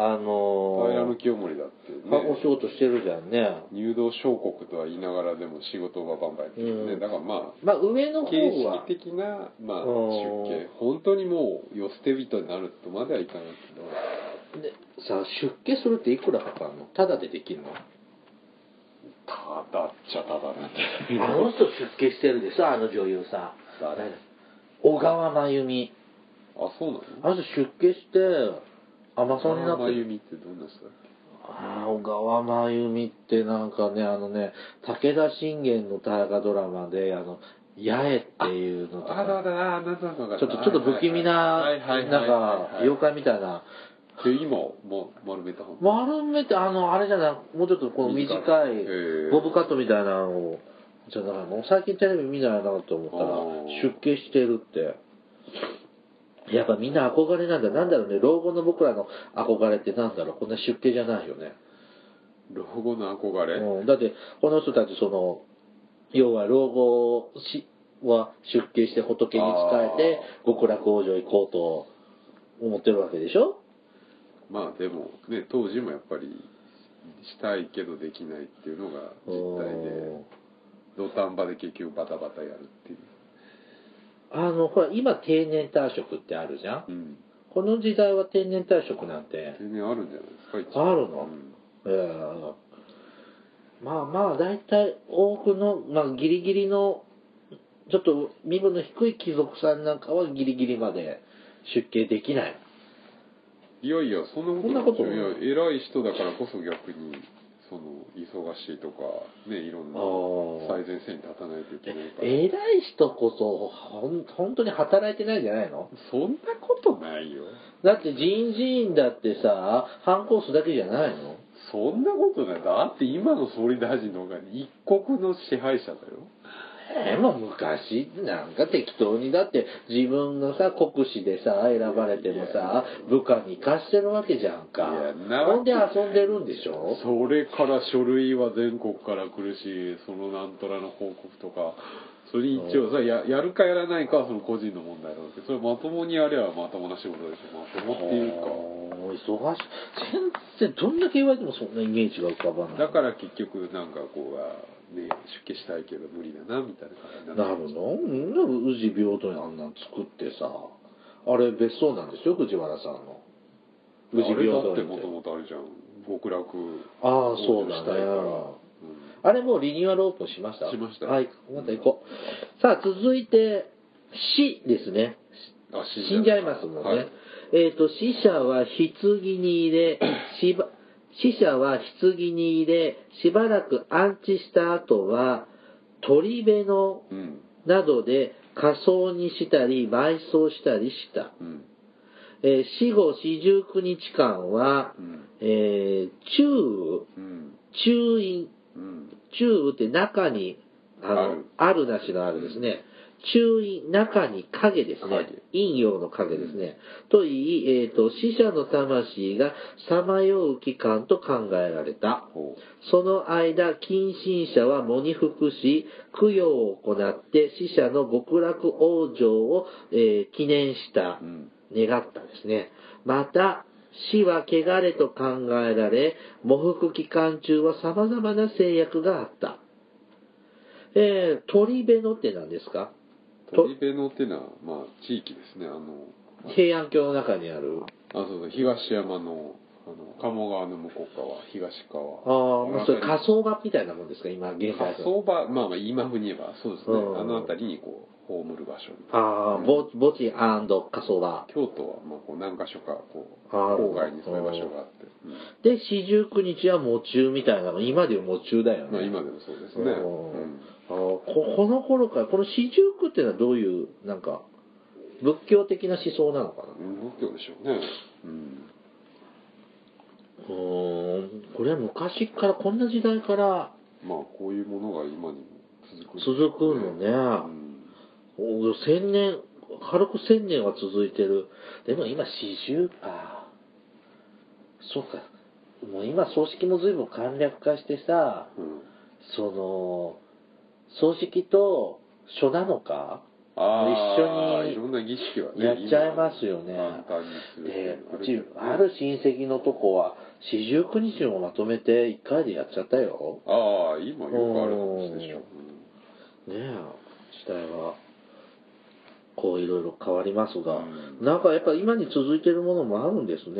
Speaker 1: あ
Speaker 2: う平
Speaker 1: の
Speaker 2: 野清盛だって
Speaker 1: ーまあお仕
Speaker 2: ね
Speaker 1: 事してるじゃんね。
Speaker 2: 入道小国とは言いながらでも仕事はバンバンやってるね、
Speaker 1: うん
Speaker 2: だからまあ
Speaker 1: まあ上の方
Speaker 2: 形
Speaker 1: は、
Speaker 2: 式的な、まあ、
Speaker 1: うん
Speaker 2: 出家本当にもう世捨て人になるとまではいかないけど
Speaker 1: でさ、出家するっていくらかかるのただでできるの
Speaker 2: ただっちゃただなんて
Speaker 1: あの人出家してるでしょ、あの女優さん。
Speaker 2: 誰
Speaker 1: 小川真由美。
Speaker 2: あそうなの
Speaker 1: あの人出家して、アマゾンになって
Speaker 2: 真由
Speaker 1: る。
Speaker 2: 美ってどんな人だっけ
Speaker 1: ああ、小川真由美ってなんかね、あのね、武田信玄の大河ドラマで、あの、八重っていうのと
Speaker 2: あだ
Speaker 1: か、
Speaker 2: だあなんとなくわかっ
Speaker 1: ちょ
Speaker 2: た
Speaker 1: っと、ちょっと不気味な
Speaker 2: はいはい、はい
Speaker 1: なん
Speaker 2: はい
Speaker 1: か、
Speaker 2: はい
Speaker 1: 妖怪みたいな。
Speaker 2: で今もう丸めた方
Speaker 1: 丸めって、あの、あれじゃない、もうちょっとこの短い
Speaker 2: 短いへー、
Speaker 1: ボブカットみたいなのを、じゃないの最近テレビ見ないなと思ったら
Speaker 2: あー、
Speaker 1: 出家してるって。やっぱみんな憧れなんだ。なんだろうね、老後の僕らの憧れってなんだろう。こんな出家じゃないよね。
Speaker 2: 老後の憧れ、
Speaker 1: うん、だって、この人たち、その、要は老後しは出家して仏に仕えて、極楽往生行こうと思ってるわけでしょ
Speaker 2: まあでもね当時もやっぱりしたいけどできないっていうのが実態
Speaker 1: う
Speaker 2: で
Speaker 1: ん
Speaker 2: 土壇場で結局バタバタやるっていう、
Speaker 1: あの、ほら、今定年退職ってあるじゃん
Speaker 2: うん、
Speaker 1: この時代は定年退職なんて、
Speaker 2: 全然あるんじゃないですか一
Speaker 1: あるの
Speaker 2: うん
Speaker 1: えーまあまあ、大体多くの、まあギリギリの、ちょっと身分の低い貴族さんなんかはギリギリまで出家できない。
Speaker 2: いやいやそんなこと
Speaker 1: そんなこと
Speaker 2: いや偉い人だからこそ逆にその忙しいとかねいろんな
Speaker 1: あー
Speaker 2: 最前線に立たないといけないから
Speaker 1: 偉い人こそ、ほん、本当に働いてないんじゃないの
Speaker 2: そんなことないよ
Speaker 1: だって人事院だってさ、反抗すだけじゃないの
Speaker 2: そんなことないだって今の総理大臣の方が一国の支配者だよ
Speaker 1: えもう昔なんか適当にだって自分のさ国士でさ選ばれてもさ部下に貸してるわけじゃんか
Speaker 2: いやなわ
Speaker 1: ほんで遊んでるんでしょ
Speaker 2: それから書類は全国から来るしそのなんとらの報告とかそれ一応さややるかやらないかはその個人の問題なわけそれまともにやればまともな仕事でしょまともっていうか
Speaker 1: おー忙しい全然どんだけ言われてもそんなイメージが浮かばない
Speaker 2: だから結局なんかこうはね出家したいけど無理だなみたいな感じにな
Speaker 1: な
Speaker 2: って
Speaker 1: るのうんな宇治平等にあんなん作ってさあれ別荘なんですよ藤原さんの宇治
Speaker 2: あれ
Speaker 1: 平
Speaker 2: だ
Speaker 1: 等
Speaker 2: ってもと
Speaker 1: に
Speaker 2: もとあれじゃん極楽
Speaker 1: ああそうだね
Speaker 2: したいから、うん
Speaker 1: あれもうリニューアルオープンしました
Speaker 2: しました
Speaker 1: はい、また行こう。さあ、続いて、死ですね。
Speaker 2: あ
Speaker 1: 死んじゃいますもんね。
Speaker 2: はい
Speaker 1: えっ、と、死者は棺に入れ、しば、死者は棺に入れ、しばらく安置した後は、鳥辺の、
Speaker 2: うん
Speaker 1: などで仮装にしたり、埋葬したりした。
Speaker 2: うん
Speaker 1: えー死後四十九日間は、
Speaker 2: うん
Speaker 1: えー、中雨、
Speaker 2: うん
Speaker 1: 中院
Speaker 2: うん
Speaker 1: 中雨って中に、あの、
Speaker 2: あ
Speaker 1: あ
Speaker 2: る
Speaker 1: るなしのあるですね。中陰、中に影ですね
Speaker 2: 影。
Speaker 1: 陰陽の影ですね。と言い、えっ、と、死者の魂がさまよう期間と考えられた。
Speaker 2: ほう
Speaker 1: その間、近親者は喪に服し、供養を行って死者の極楽往生を、えー記念した
Speaker 2: う。ん
Speaker 1: 願ったんですね。また、死は汚れと考えられ、喪服期間中は様々な制約があった。えー、鳥辺のって何ですかと
Speaker 2: 鳥辺のってのはまあ地域ですねあの
Speaker 1: 平安京の中にある。
Speaker 2: あそうそう東山のあの鴨川の向こう側東
Speaker 1: ああ、
Speaker 2: 側
Speaker 1: もうそれ
Speaker 2: あ
Speaker 1: 火葬場みたいなもんですか今、
Speaker 2: の辺
Speaker 1: 現
Speaker 2: り
Speaker 1: 代
Speaker 2: 火
Speaker 1: の。
Speaker 2: 葬場まあまあ今風に言えばそうですね
Speaker 1: うん
Speaker 2: あの辺りにこう葬る場所
Speaker 1: ああ、墓墓地火葬場。
Speaker 2: 京都はまあこう何か所かこう
Speaker 1: あー
Speaker 2: 郊外にそういう場所があって、う
Speaker 1: で、四十九日は喪中みたいなの。今でいう喪中だよ
Speaker 2: んまあ
Speaker 1: ね。
Speaker 2: 今でもそうですね、
Speaker 1: うん
Speaker 2: うん
Speaker 1: あーここの頃から、この四十九っていうのはどういう、なんか、仏教的な思想なのかな
Speaker 2: 仏教でしょうね、うん、
Speaker 1: うーんこれは昔からこんな時代から
Speaker 2: まあこういうものが今にも続くん
Speaker 1: 続く
Speaker 2: ですね
Speaker 1: のね、
Speaker 2: うん
Speaker 1: お千年軽く千年は続いてるでも今四十かそうかもう今葬式も随分簡略化してさ
Speaker 2: うん
Speaker 1: その葬式と書なのか
Speaker 2: あ
Speaker 1: 一
Speaker 2: あ
Speaker 1: 緒に
Speaker 2: いろんな儀式はね
Speaker 1: やっちゃいますよね
Speaker 2: 今簡単にする
Speaker 1: で
Speaker 2: ある
Speaker 1: う
Speaker 2: け
Speaker 1: ち
Speaker 2: ど
Speaker 1: ある親戚のとこは四十九日もまとめて一回でやっちゃったよ
Speaker 2: ああ今よくある話でしょ、
Speaker 1: ねえ時代はこういろいろ変わりますが、
Speaker 2: うん
Speaker 1: なんかやっぱ今に続いてるものもあるんですね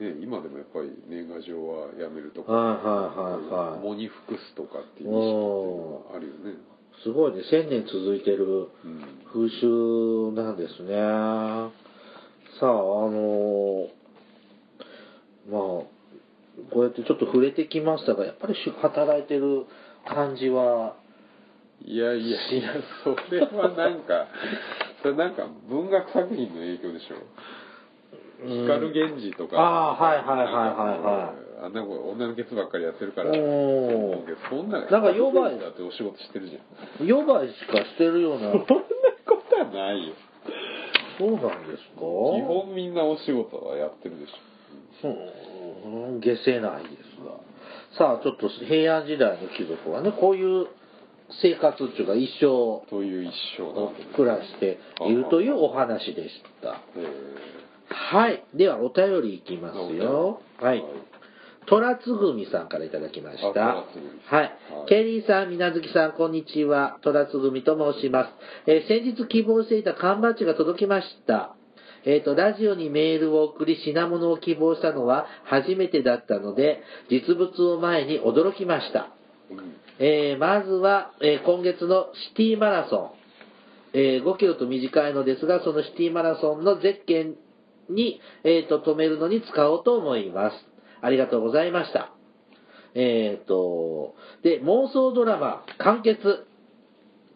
Speaker 2: うん、で今でもやっぱり年賀状はやめるとか、
Speaker 1: はいはいはいはい
Speaker 2: 喪に服すとかっていう儀式っていうのはあるよね、
Speaker 1: すごいね1000年続いてる
Speaker 2: うん
Speaker 1: 風習なんですねさああのーまあこうやってちょっと触れてきましたがやっぱりし働いてる感じはい
Speaker 2: やいやいや、それはなんか、それなんか文学作品の影響でしょ。
Speaker 1: うん
Speaker 2: 光源氏とか。
Speaker 1: あーはいはいはいはい
Speaker 2: いはい。あんな子女のケツばっかりやってるから。
Speaker 1: うん
Speaker 2: そんな
Speaker 1: なんか呼ばれ
Speaker 2: だってお仕事してるじゃん。
Speaker 1: 呼ばいしかしてるような
Speaker 2: そんなことはないよ。
Speaker 1: そうなんですか
Speaker 2: 基本みんなお仕事はやってるでし
Speaker 1: うん、下世ないですが。さあ、ちょっと平安時代の貴族はね、こういう生活っていうか一生
Speaker 2: ょという一生
Speaker 1: を
Speaker 2: なんで、
Speaker 1: 暮らしているというお話でした。
Speaker 2: え
Speaker 1: はい。では、お便りいきますよ。
Speaker 2: ー
Speaker 1: はい。虎つぐみさんからいただきました。は
Speaker 2: あ虎つぐみ
Speaker 1: い
Speaker 2: は。い
Speaker 1: ケリーさん、みなずきさん、こんにちは。虎つぐみと申します。えー先日希望していた缶バッジが届きました。えっ、と、ラジオにメールを送り品物を希望したのは初めてだったので、実物を前に驚きました。
Speaker 2: うん
Speaker 1: えーまずは、えー今月のシティマラソン、えー5キロと短いのですが、そのシティマラソンのゼッケンに、えーと止めるのに使おうと思います。ありがとうございました。えー、と、で、妄想ドラマ、完結。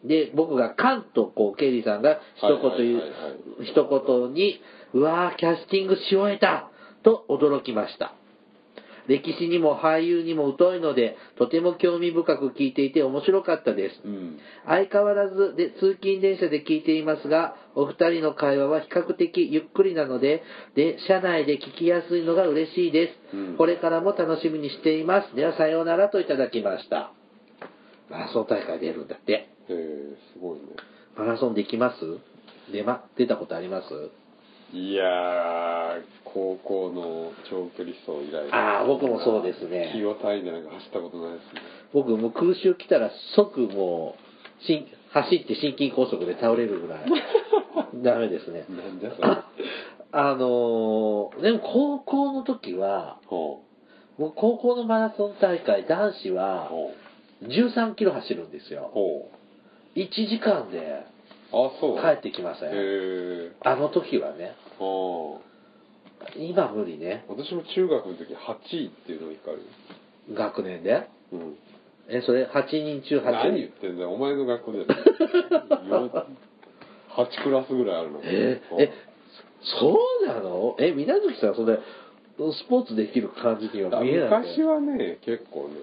Speaker 1: で、僕がカンと、こう、ケイリーさんが一言言う
Speaker 2: はいはいはいは、
Speaker 1: 一言に、うわー、キャスティングし終えたと驚きました。歴史にも俳優にも疎いので、とても興味深く聞いていて面白かったです。
Speaker 2: うん
Speaker 1: 相変わらずで通勤電車で聞いていますが、お二人の会話は比較的ゆっくりなので、で、車内で聞きやすいのが嬉しいです。
Speaker 2: うん
Speaker 1: これからも楽しみにしています。では、さようならといただきました。マラソン大会出るんだって。
Speaker 2: えー、すごいね
Speaker 1: マラソンできます出ま、出たことあります
Speaker 2: いやー高校の長距離走以来
Speaker 1: あー僕もそうですね
Speaker 2: 費用単位でなんか走ったことないですね
Speaker 1: 僕もう空襲来たら即もう、しん走って心筋梗塞で倒れるぐ らい。ダメですね。
Speaker 2: なんじゃそれ
Speaker 1: あのーでも高校の時は、
Speaker 2: ほ
Speaker 1: もう高校のマラソン大会、男子
Speaker 2: う
Speaker 1: は
Speaker 2: ほ
Speaker 1: 13キロ走るんです
Speaker 2: う
Speaker 1: よ。
Speaker 2: ほ
Speaker 1: 1時間で
Speaker 2: うあそう
Speaker 1: 帰ってきませ
Speaker 2: へ
Speaker 1: ん。
Speaker 2: え
Speaker 1: あの時はね。
Speaker 2: ああ
Speaker 1: 今無理ね。
Speaker 2: 私も中学の時8位っていうのが一回あるよ
Speaker 1: 学年で。
Speaker 2: うん
Speaker 1: え、それ8人中8
Speaker 2: 何言っ
Speaker 1: 人。
Speaker 2: てんだよお前の学 校でよ8クラスぐらいあるの
Speaker 1: えー、え、そうなのえ、みなずきさん、それ、スポーツできる感じには
Speaker 2: あ
Speaker 1: 見えない。
Speaker 2: 昔はね結構ね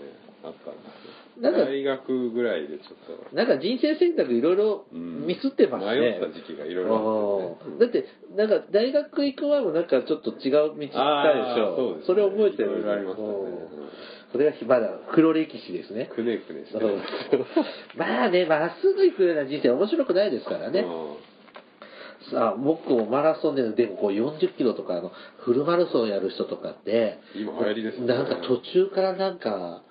Speaker 2: あったんです
Speaker 1: な
Speaker 2: よ
Speaker 1: んか
Speaker 2: 大学ぐらいでちょっと
Speaker 1: なんか人生選択いろいろミスってますね。
Speaker 2: 迷った時期がいろいろあった
Speaker 1: う
Speaker 2: よ
Speaker 1: ん
Speaker 2: ね
Speaker 1: だって、なんか大学行く前もなんかちょっと違う道行ったでし
Speaker 2: あーそう
Speaker 1: ょ
Speaker 2: で。す
Speaker 1: それ覚えてる。
Speaker 2: いろいろありましたね
Speaker 1: うん
Speaker 2: うん
Speaker 1: それがまだ黒歴史ですね。
Speaker 2: くねくねして
Speaker 1: う
Speaker 2: る
Speaker 1: んまあね、まっすぐ行くような人生面白くないですからね。
Speaker 2: うん
Speaker 1: さあ、僕もマラソンで、でもこう40キロとかあの、フルマラソンやる人とかって、
Speaker 2: 今流行りですね
Speaker 1: なんか途中からなんか、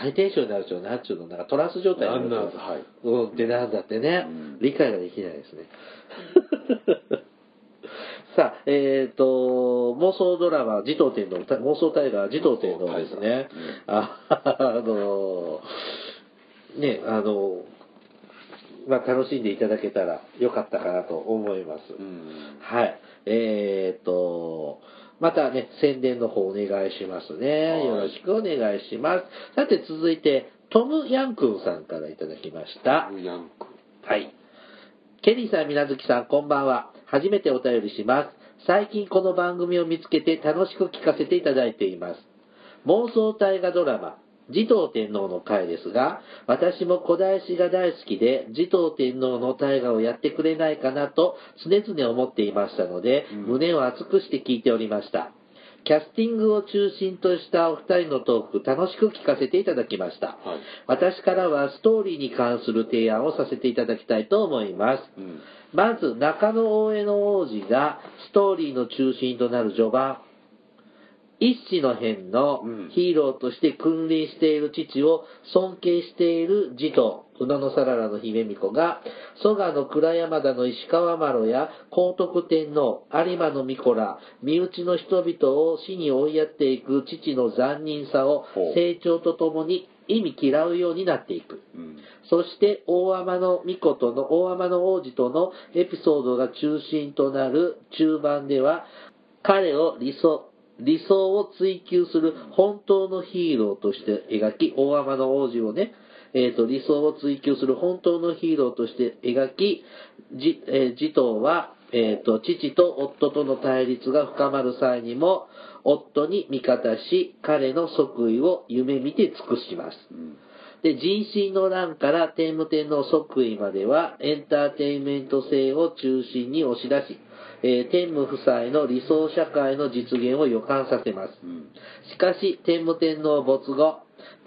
Speaker 1: 最低症になるよなんちゅうの、なんかトランス状態になる
Speaker 2: なんなんすはい
Speaker 1: うん、ってなんだってね、
Speaker 2: うん
Speaker 1: 理解ができないですね。 さあ、えっ、と、妄想ドラマ、児童天皇、た妄想大河、児童天皇ですね。ああのー、ね、あのー、まあ、楽しんでいただけたらよかったかなと思います。
Speaker 2: うん
Speaker 1: はい。えー、っと、またね、宣伝の方お願いします
Speaker 2: は
Speaker 1: ね。
Speaker 2: い
Speaker 1: よろしくお願いします。さて続いて、トム・ヤンクンさんからいただきました。
Speaker 2: ヤンク
Speaker 1: はい。ケリーさん、みなずきさん、こんばんは。初めてお便りします。最近この番組を見つけて楽しく聞かせていただいています。妄想大河ドラマ、持統天皇の回ですが、私も古代史が大好きで、持統天皇の大河をやってくれないかなと常々思っていましたので、
Speaker 2: うん
Speaker 1: 胸を熱くして聞いておりました。キャスティングを中心としたお二人のトーク、楽しく聞かせていただきました。
Speaker 2: はい
Speaker 1: 私からはストーリーに関する提案をさせていただきたいと思います。
Speaker 2: うん
Speaker 1: まず、中野大江の王子がストーリーの中心となる序盤、一子の変の
Speaker 2: うん
Speaker 1: ヒーローとして君臨している父を尊敬している慈と、宇野のさららの姫巫女が、蘇我の倉山田の石川麻呂や皇徳天皇、有馬の巫女ら、身内の人々を死に追いやっていく父の残忍さを
Speaker 2: ほう
Speaker 1: 成長とともに意味嫌うようになっていく。
Speaker 2: うん
Speaker 1: そして大天の巫女との大天の王子とのエピソードが中心となる中盤では彼を理想理想を追求する本当のヒーローとして描き大天の王子をね、えー、と理想を追求する本当のヒーローとして描きじ、えー、児童は、えー、と父と夫との対立が深まる際にも夫に味方し彼の即位を夢見て尽くします
Speaker 2: うん
Speaker 1: で、人心の乱から天武天皇即位までは、エンターテインメント性を中心に押し出し、えー天武夫妻の理想社会の実現を予感させます。
Speaker 2: うん
Speaker 1: しかし、天武天皇没後、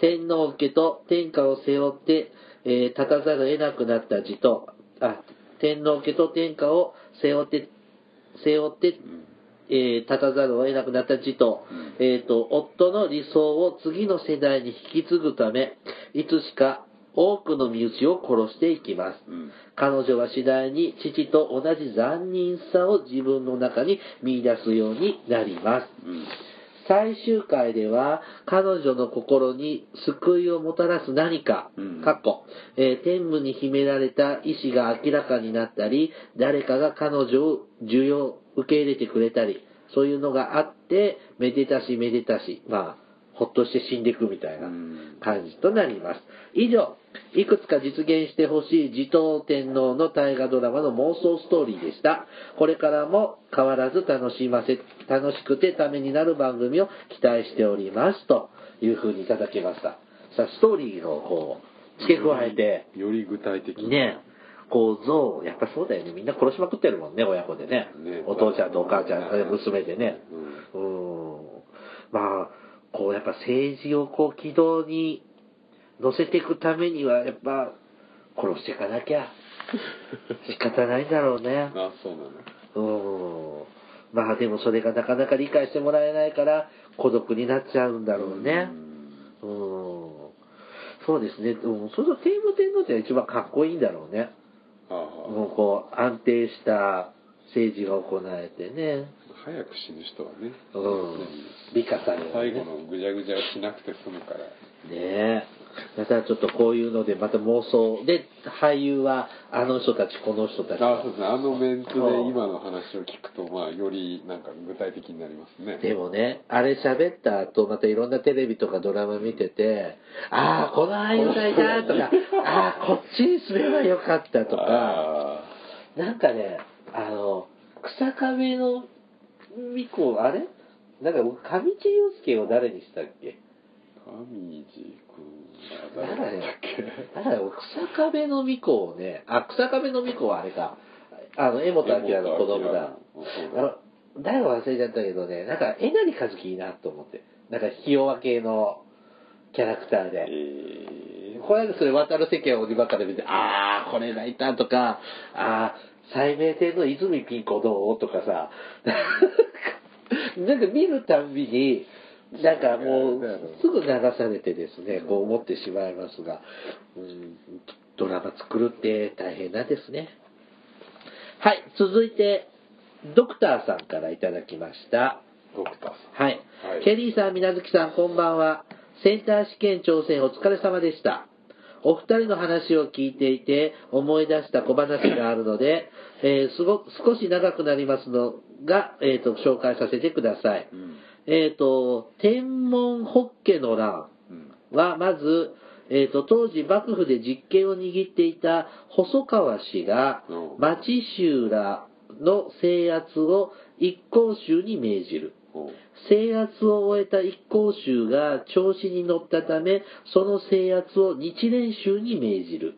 Speaker 1: 天皇家と天下を背負って、えー立たざるを得なくなった地と、あ、天皇家と天下を背負って、背負って、
Speaker 2: うん
Speaker 1: えー立たざるを得なくなった地と、えーと、夫の理想を次の世代に引き継ぐため、いつしか多くの身内を殺していきます。
Speaker 2: うん
Speaker 1: 彼女は次第に父と同じ残忍さを自分の中に見出すようになります。
Speaker 2: うん
Speaker 1: 最終回では彼女の心に救いをもたらす何か、
Speaker 2: うん
Speaker 1: 過去、えー天武に秘められた意志が明らかになったり、誰かが彼女を受容、受け入れてくれたり、そういうのがあって、めでたしめでたし、まあ、ほっとして死んでいくみたいな
Speaker 2: うん
Speaker 1: 感じとなります。以上、いくつか実現してほしい持統天皇の大河ドラマの妄想ストーリーでした。これからも変わらず楽しませ、楽しくてためになる番組を期待しております。というふうにいただきました。さあ、ストーリーのこう、付け加えて、
Speaker 2: より具体的
Speaker 1: ね、こう、像、やっぱそうだよね。みんな殺しまくってるもんね、親子でね。
Speaker 2: ね
Speaker 1: お父ちゃんとお母ちゃん、
Speaker 2: ね
Speaker 1: 娘でね。うん。まあ、こう、やっぱ政治をこう、軌道に乗せていくためには、やっぱ、殺していかなきゃ仕方ないんだろうね。
Speaker 2: あそうなの
Speaker 1: うん。まあでもそれがなかなか理解してもらえないから、孤独になっちゃうんだろうね。
Speaker 2: うん
Speaker 1: うん。そうですね。うん。それと天武天皇って一番かっこいいんだろうね。
Speaker 2: あ
Speaker 1: もう
Speaker 2: あ
Speaker 1: こう、安定した政治が行われてね。
Speaker 2: 早く死ぬ人はね
Speaker 1: うん。美化される、ね。
Speaker 2: 最後のぐじゃぐじゃをしなくて済むから
Speaker 1: ねえ。だからちょっとこういうので、また妄想。で、俳優は、あの人たち、この人たち。
Speaker 2: あそうですねあのメンツで今の話を聞くとまあよりなんか具体的になりますね
Speaker 1: でもね、あれ喋った後、またいろんなテレビとかドラマ見てて、ああ、この俳優さんいたと か、ああ、こっちにすればよかったとか、
Speaker 2: あ
Speaker 1: なんかね、あの、草壁の巫女、あれなんか、上地雄介を誰にしたっけ
Speaker 2: ー上地君
Speaker 1: な
Speaker 2: は
Speaker 1: ん
Speaker 2: 誰
Speaker 1: か
Speaker 2: だ
Speaker 1: ね
Speaker 2: っけ、
Speaker 1: なんかね草壁の巫女をね、あ、草壁の巫女はあれか、あの、江本明の子供だ。
Speaker 2: そう
Speaker 1: あ
Speaker 2: だ
Speaker 1: の、誰も忘れちゃったけどね、なんか、えなりかずきいいなと思って。なんか、ひ弱系のキャラクター
Speaker 2: え
Speaker 1: で。
Speaker 2: ー
Speaker 1: この間それ、渡る世間を鬼ばっかで見て、あー、これ泣いたとか、あー、最名店の泉ピン子どうとかさ、 なんか見るたんびに、なんかもう、すぐ流されてですね、こう思ってしまいますが、うん、ドラマ作るって大変なんですね。はい、続いて、ドクターさんからいただきました。
Speaker 2: ドクターさ
Speaker 1: はい。
Speaker 2: はい
Speaker 1: ケリーさん、みなずきさん、こんばんは。センター試験挑戦お疲れ様でした。お二人の話を聞いていて思い出した小話があるので、えーすご少し長くなりますのが、えーと紹介させてください。
Speaker 2: んうん
Speaker 1: えー、と天文ホッケの欄
Speaker 2: うん
Speaker 1: はまず、えー、と当時幕府で実権を握っていた細川氏が
Speaker 2: うん
Speaker 1: 町州らの制圧を一向宗に命じる。
Speaker 2: おう
Speaker 1: 制圧を終えた一向宗が調子に乗ったため、その制圧を日蓮宗に命じる。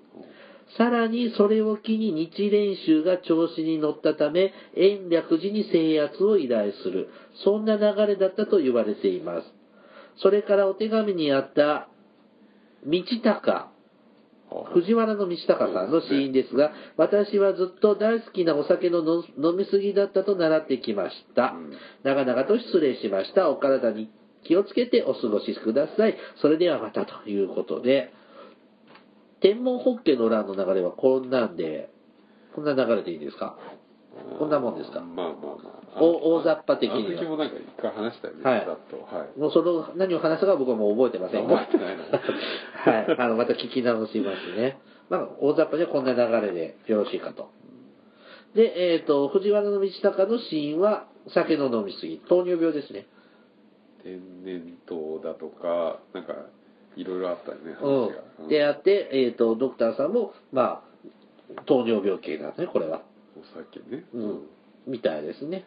Speaker 1: さらにそれを機に日蓮宗が調子に乗ったため、延暦寺に制圧を依頼する。そんな流れだったと言われています。それからお手紙にあった、道高。
Speaker 2: おう
Speaker 1: 藤原の道隆さんの死因ですが、私はずっと大好きなお酒の飲飲みすぎだったと習ってきました
Speaker 2: うん。
Speaker 1: 長々と失礼しました。お体に気をつけてお過ごしください。それではまたということで、天文ホッケの欄の流れはこんなんで、こんな流れでいいですかこんなもんですか
Speaker 2: まあまあまあ。
Speaker 1: お大雑把的に
Speaker 2: あ
Speaker 1: は
Speaker 2: の時もなんか一回話したよね、
Speaker 1: はい
Speaker 2: ざっと。はい。
Speaker 1: もうその何を話したか僕はもう覚えてませんが。
Speaker 2: 覚えてないの
Speaker 1: はい。あの、また聞き直しますね。まあ、大雑把でこんな流れでよろしいかと。で、えっ、と、藤原道隆の死因は、酒の飲みすぎ。糖尿病ですね。
Speaker 2: 天然痘だとか、なんか、いろいろあったよね、話が。
Speaker 1: うん。であって、えっ、と、ドクターさんも、まあ、糖尿病系なんですね、これは。
Speaker 2: お酒ね。
Speaker 1: うん。みたいですね。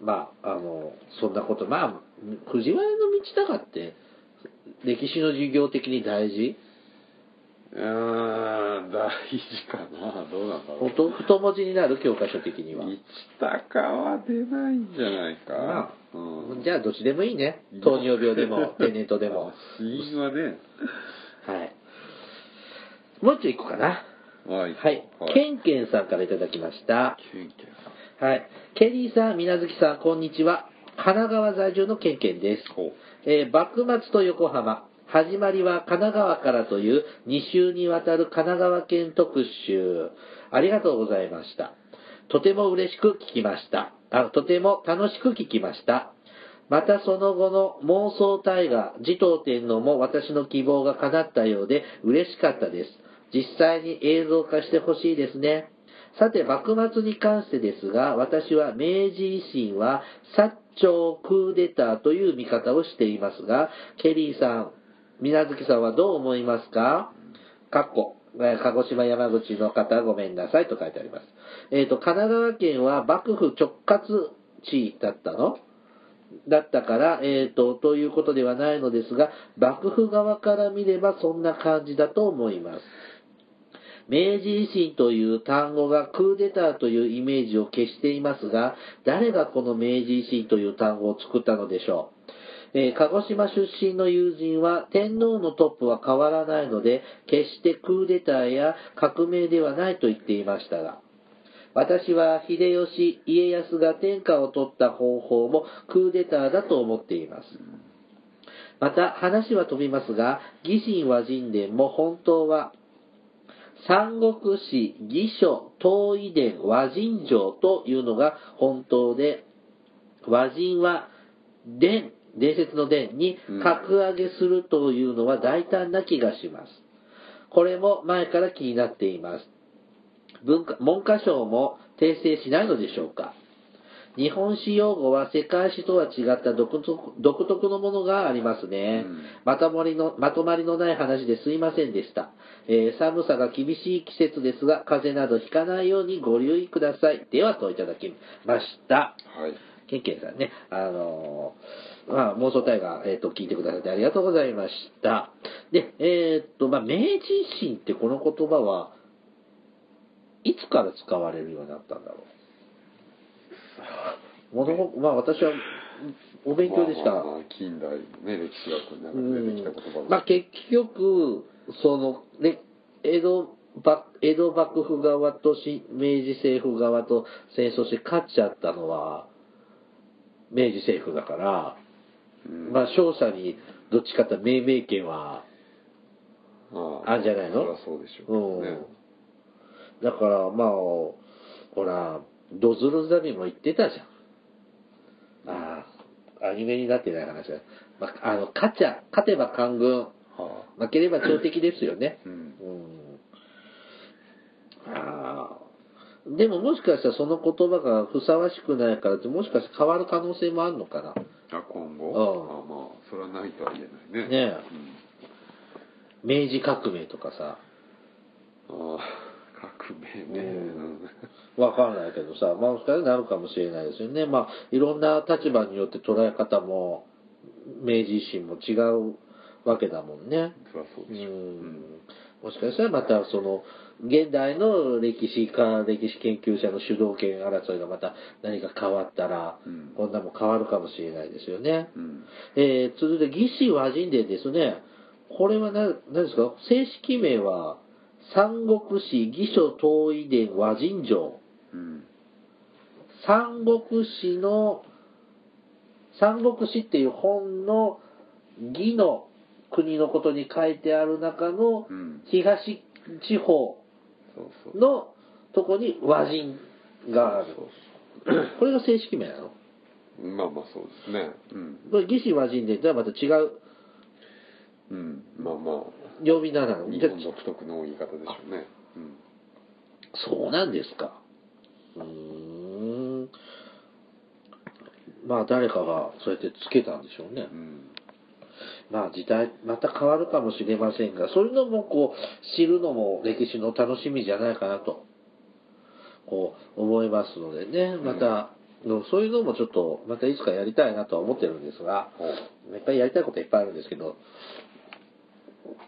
Speaker 1: うん。まあ、あの、そんなこと、まあ、藤原道隆って、歴史の授業的に大事
Speaker 2: うーん大事かなどうなんだろう
Speaker 1: 本当太文字になる教科書的には、
Speaker 2: 一高は出ないんじゃないか、
Speaker 1: ま
Speaker 2: うん、
Speaker 1: じゃあどっちでもいいね糖尿病で も天然痘でも
Speaker 2: 死因はね
Speaker 1: はいもう一丁一個かな
Speaker 2: はい
Speaker 1: はい、ケンケンさんからいただきました
Speaker 2: ケンケンさん
Speaker 1: はいケリーさん水無月さんこんにちは神奈川在住のケンケンです
Speaker 2: ほう
Speaker 1: えー幕末と横浜始まりは神奈川からという2週にわたる神奈川県特集ありがとうございましたとても嬉しく聞きましたあとても楽しく聞きましたまたその後の妄想大河持統天皇も私の希望が叶ったようで嬉しかったです実際に映像化してほしいですねさて、幕末に関してですが、私は明治維新は、薩長クーデターという見方をしていますが、ケリーさん、水月さんはどう思いますかかっこ、えー鹿児島山口の方ごめんなさいと書いてあります。えっ、と、神奈川県は幕府直轄地だったのだったから、えっ、と、ということではないのですが、幕府側から見ればそんな感じだと思います。明治維新という単語がクーデターというイメージを消していますが、誰がこの明治維新という単語を作ったのでしょう。えー鹿児島出身の友人は天皇のトップは変わらないので、決してクーデターや革命ではないと言っていましたが、私は秀吉、家康が天下を取った方法もクーデターだと思っています。また話は飛びますが、義神和神殿も本当は三国志、義書、東夷伝、和人城というのが本当で、和人は伝、伝説の伝に
Speaker 2: うん
Speaker 1: 格上げするというのは大胆な気がします。これも前から気になっています。文化文科省も訂正しないのでしょうか日本史用語は世界史とは違った独特独特のものがありますね、
Speaker 2: うん
Speaker 1: まとまりの。まとまりのない話ですいませんでした、えー寒さが厳しい季節ですが、風邪などひかないようにご留意ください。では、といただきました。
Speaker 2: はい
Speaker 1: ケンケンさんね、あのーまあ、妄想大河、えっ、と、聞いてくださってありがとうございました。で、えっ、と、まあ、明治維新ってこの言葉は、いつから使われるようになったんだろ う。ものごまあ、私は、お勉強でしか、
Speaker 2: まあまあまあ近代のね歴史学の
Speaker 1: う
Speaker 2: 中で出てきた言葉
Speaker 1: んまあ、結局、その、ね、江戸幕、江戸幕府側とし明治政府側と戦争して勝っちゃったのは、明治政府だから、
Speaker 2: うん
Speaker 1: まあ、勝者にどっちかって命名権は、
Speaker 2: ま
Speaker 1: あんじゃないの
Speaker 2: そりゃそうでし
Speaker 1: う
Speaker 2: ょ
Speaker 1: ん。
Speaker 2: ね
Speaker 1: だから、まあ、ほら、ドズルザビも言ってたじゃん。ああ、アニメになってない話だ。まあ、あの、勝ちゃ、勝てば官軍、
Speaker 2: はあ
Speaker 1: 負ければ朝敵ですよね。
Speaker 2: うん
Speaker 1: うんああでももしかしたらその言葉がふさわしくないからってもしかして変わる可能性もあるのかな
Speaker 2: あ今後
Speaker 1: う
Speaker 2: あまあそれはないとは言えないね
Speaker 1: ね明治革命とかさ
Speaker 2: うん、ああ革命ね、
Speaker 1: うん
Speaker 2: うん
Speaker 1: わかんないけどさまあもしかしたらなるかもしれないですよねまあいろんな立場によって捉え方も明治維新も違うわけだもんね
Speaker 2: そりゃそう
Speaker 1: う
Speaker 2: でしょ
Speaker 1: んもしかしたらまたその現代の歴史家歴史研究者の主導権争いがまた何か変わったら、
Speaker 2: うん
Speaker 1: こんなもん変わるかもしれないですよね、
Speaker 2: うん
Speaker 1: えー、続いて義士和人伝ですねこれは何何ですか正式名は三国志義書東夷伝和人城
Speaker 2: うん
Speaker 1: 三国志の三国志っていう本の義の国のことに書いてある中の
Speaker 2: うん
Speaker 1: 東地方
Speaker 2: そうそう
Speaker 1: のとこに和人がある
Speaker 2: そう
Speaker 1: これが正式名なの
Speaker 2: そうまあまあそうですねうん
Speaker 1: これ義士和人伝とはまた違う
Speaker 2: うんまあま
Speaker 1: 呼び名な
Speaker 2: あ
Speaker 1: の
Speaker 2: 日
Speaker 1: じゃ
Speaker 2: 本独特の言い方でしょうねうん
Speaker 1: そうなんですかうーんまあ誰かがそうやってつけたんでしょうね、
Speaker 2: うん
Speaker 1: まあ時代また変わるかもしれませんがそういうのもこう知るのも歴史の楽しみじゃないかなとこう思いますのでねまたうんそういうのもちょっとまたいつかやりたいなとは思ってるんですが
Speaker 2: ほう
Speaker 1: いっぱいやりたいこといっぱいあるんですけど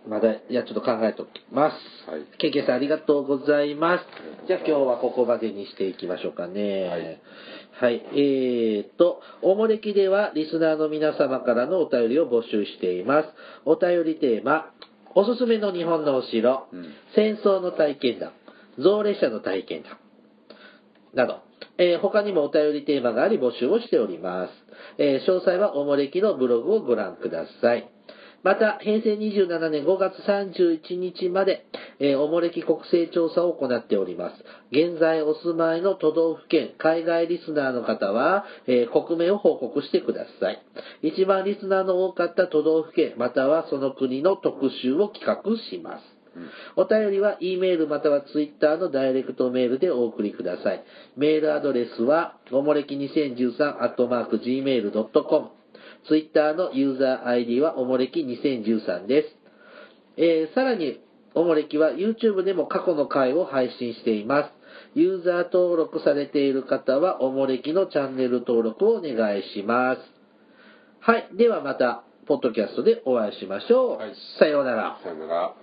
Speaker 1: まだいやちょっと考えておきます、
Speaker 2: はい
Speaker 1: ケンケンさんありがとうございます
Speaker 2: ありがとうございます
Speaker 1: じゃあ今日はここまでにしていきましょうかね
Speaker 2: はい
Speaker 1: はい、えー、っとおもれきではリスナーの皆様からのお便りを募集していますお便りテーマおすすめの日本のお城、
Speaker 2: うん
Speaker 1: 戦争の体験談造列車の体験談など、えー他にもお便りテーマがあり募集をしております。えー詳細はおもれきのブログをご覧ください。また、平成27年5月31日まで、えーおもれき国勢調査を行っております。現在お住まいの都道府県、海外リスナーの方は、えー国名を報告してください。一番リスナーの多かった都道府県、またはその国の特集を企画します。お便りは E メールまたは Twitter のダイレクトメールでお送りください。メールアドレスは、おもれき2013 gmail.com。Twitter のユーザー ID はおもれき2013です。えーさらに、おもれきは YouTube でも過去の回を配信しています。ユーザー登録されている方は、おもれきのチャンネル登録をお願いします。はい。ではまた、ポッドキャストでお会いしましょう。
Speaker 2: はい
Speaker 1: さようなら。
Speaker 2: さよなら